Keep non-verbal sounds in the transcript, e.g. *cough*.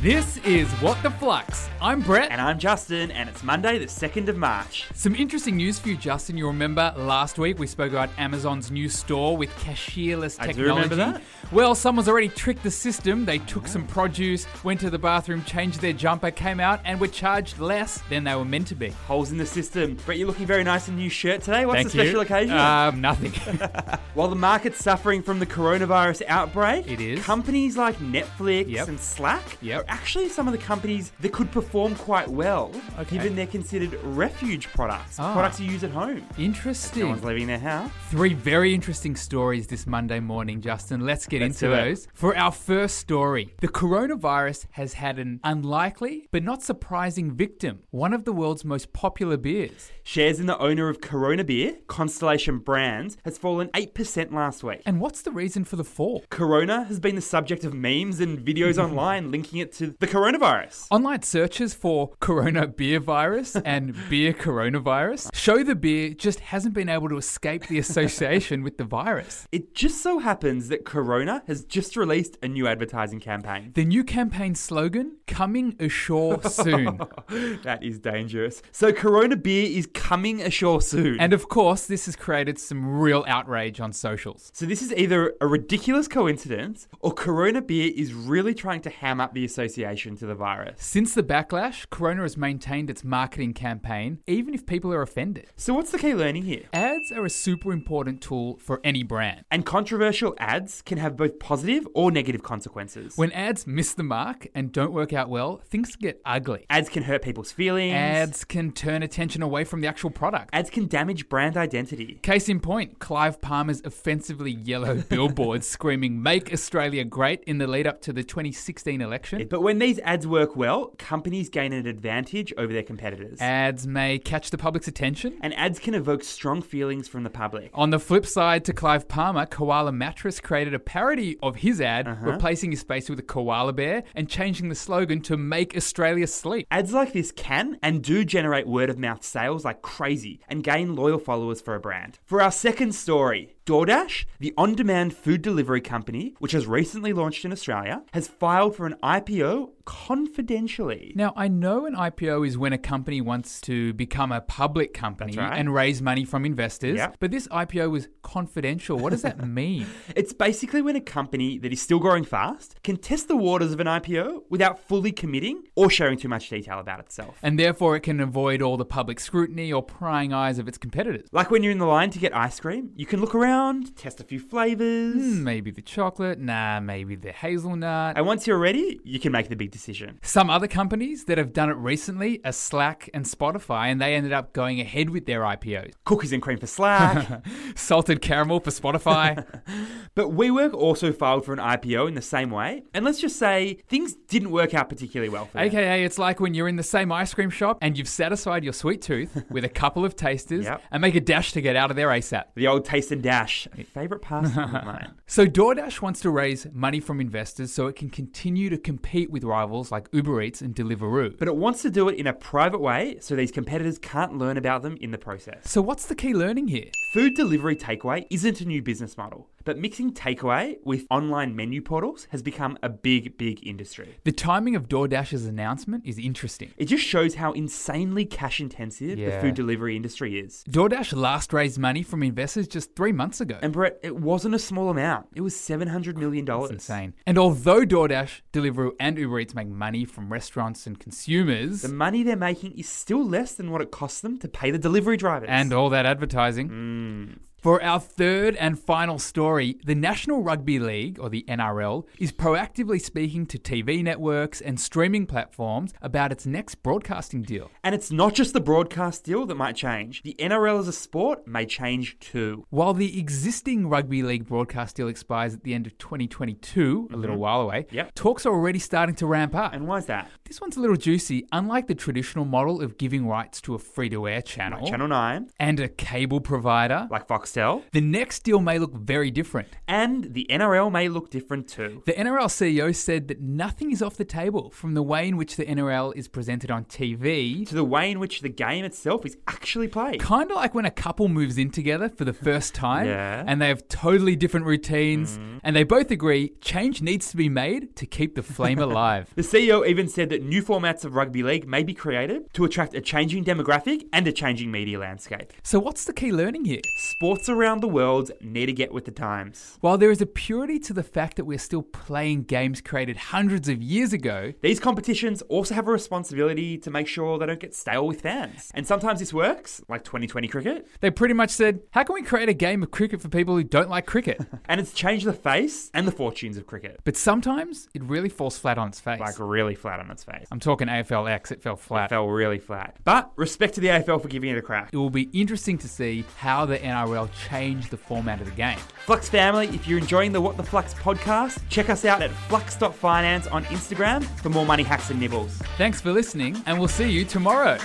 This is What the Flux. I'm Brett. And I'm Justin, and it's Monday, the 2nd of March. Some interesting news for you, Justin. You'll remember last week we spoke about Amazon's new store with cashierless I technology. do remember that. Well, someone's already tricked the system. They took some produce, went to the bathroom, changed their jumper, came out, and were charged less than they were meant to be. Holes in the system. Brett, you're looking very nice in a new shirt today. What's Thank the special you. occasion? Um, nothing. *laughs* While the market's suffering from the coronavirus outbreak, It is. companies like Netflix Yep. and Slack Yep. are actually some of the companies that could perform quite well, Okay. given they're considered refuge products, Ah. products you use at home. No Interesting. one's leaving their house. Three very interesting stories this Monday morning, Justin. Let's get Let's into do it. those. For our first story, the coronavirus has had an unlikely but not surprising victim, one of the world's most popular beers. Shares in the owner of Corona Beer, Constellation Brands, has fallen 8% last week. And what's the reason for the fall? Corona has been the subject of memes and *laughs* videos online linking it to the coronavirus. Online searches for corona beer *laughs* virus and beer coronavirus show the beer just hasn't been able to escape the association with the virus. It just so happens that Corona has just released a new *gasps* advertising campaign. The new campaign slogan, coming ashore *laughs* soon. that is dangerous. So, Corona beer is coming ashore soon. and of course, this has created some real outrage on socials. so, this is either a ridiculous coincidence or Corona beer is really trying to ham up the association to the virus. Since the backlash, Corona has maintained its marketing campaign, even if people are offended. So, what's the key learning here? Ads are a super important tool for any brand. And controversial ads can have both positive or negative consequences. When ads miss the mark and don't work out well, things get ugly. ads can hurt people's feelings, Ads can turn attention away from the actual product. ads can damage brand identity. Case in point, Clive Palmer's offensively yellow billboards screaming, Make Australia Great in the lead up to the 2016 election. But when these ads work well, companies gain an advantage over their competitors. Ads may catch the public's attention. and ads can evoke strong feelings from the public. On the flip side to Clive Palmer, Koala Mattress created a parody of his ad, Uh-huh. replacing his face with a koala bear and changing the slogan to Make Australia Sleep. Ads like this can and do generate word of mouth sales like crazy and gain loyal followers for a brand. For our second story, DoorDash, the on demand food delivery company, which has recently launched in Australia, has filed for an IPO confidentially. Now, I know an IPO is when a company wants to become a public company That's right. and raise money from investors, Yep. but this IPO was confidential. What does *laughs* that mean? It's basically when a company that is still growing fast can test the waters of an IPO without fully committing or sharing too much detail about itself. and therefore, it can avoid all the public scrutiny or prying eyes of its competitors. Like when you're in the line to get ice cream, you can look around, test a few flavors, Hmm, Maybe the chocolate, nah, maybe the hazelnut. and once you're ready, you can make the big decision. Some other companies that have done it recently are Slack and Spotify, and they ended up going ahead with their IPOs. Cookies and cream for Slack. Salted caramel for *laughs* Spotify. but WeWork also filed for an IPO in the same way, and let's just say things didn't work out particularly well for them. AKA, it's like when you're in the same ice cream shop and you've satisfied your sweet tooth with a couple of tasters Yep. and make a dash to get out of there ASAP. The old taste and dash, favorite pastime of mine. So, DoorDash wants to raise money from investors so it can continue to compete with rivals like Uber Eats and Deliveroo. But it wants to do it in a private way so these competitors can't learn about them in the process. So, what's the key learning here? Food delivery takeaway isn't a new business model, but mixing takeaway with online menu portals has become a big, big industry. The timing of DoorDash's announcement is interesting. It just shows how insanely cash intensive Yeah. the food delivery industry is. DoorDash last raised money from investors just three months ago. And Brett, it wasn't a small amount. It was seven hundred million dollars. It's insane. And although DoorDash, Deliveroo, and Uber Eats make money from restaurants and consumers The money they're making is still less than what it costs them to pay the delivery drivers. and all that advertising. Mm. For our third and final story, the National Rugby League, or the NRL, is proactively speaking to TV networks and streaming platforms about its next broadcasting deal. and it's not just the broadcast deal that might change. The NRL as a sport may change too. While the existing Rugby League broadcast deal expires at the end of 2022, a little while away, Mm-hmm. Yep. talks are already starting to ramp up. And why is that? This one's a little juicy. Unlike the traditional model of giving rights to a free to air channel, Like Channel Nine, and a cable provider, like Fox Foxtel, The next deal may look very different. and the NRL may look different too. The NRL CEO E said that nothing is off the table from the way in which the NRL is presented on TV. To the way in which the game itself is actually played. Kind of like when a couple moves in together for the first time Yeah. and they have totally different routines, and they both agree change needs to be made to keep the flame alive. *laughs* The CEO even said that new formats of rugby league may be created to attract a changing demographic and a changing media landscape. So, what's the key learning here? Sports around the world need to get with the times. While there is a purity to the fact that we're still playing games created hundreds of years ago, These competitions also have a responsibility to make sure they don't get stale with fans. And sometimes this works, like 2020 cricket, they pretty much said, How can we create a game of cricket for people who don't like cricket? and it's changed the face and the fortunes of cricket. but sometimes it really falls flat on its face. Like really flat on its face. I'm talking AFLX, it fell flat. It fell really flat. But respect to the AFL for giving it a crack. It will be interesting to see how the NRL changed the format of the game. Flux family, if you're enjoying the What the Flux podcast, check us out at flux.finance on Instagram for more money hacks and nibbles. Thanks for listening, and we'll see you tomorrow.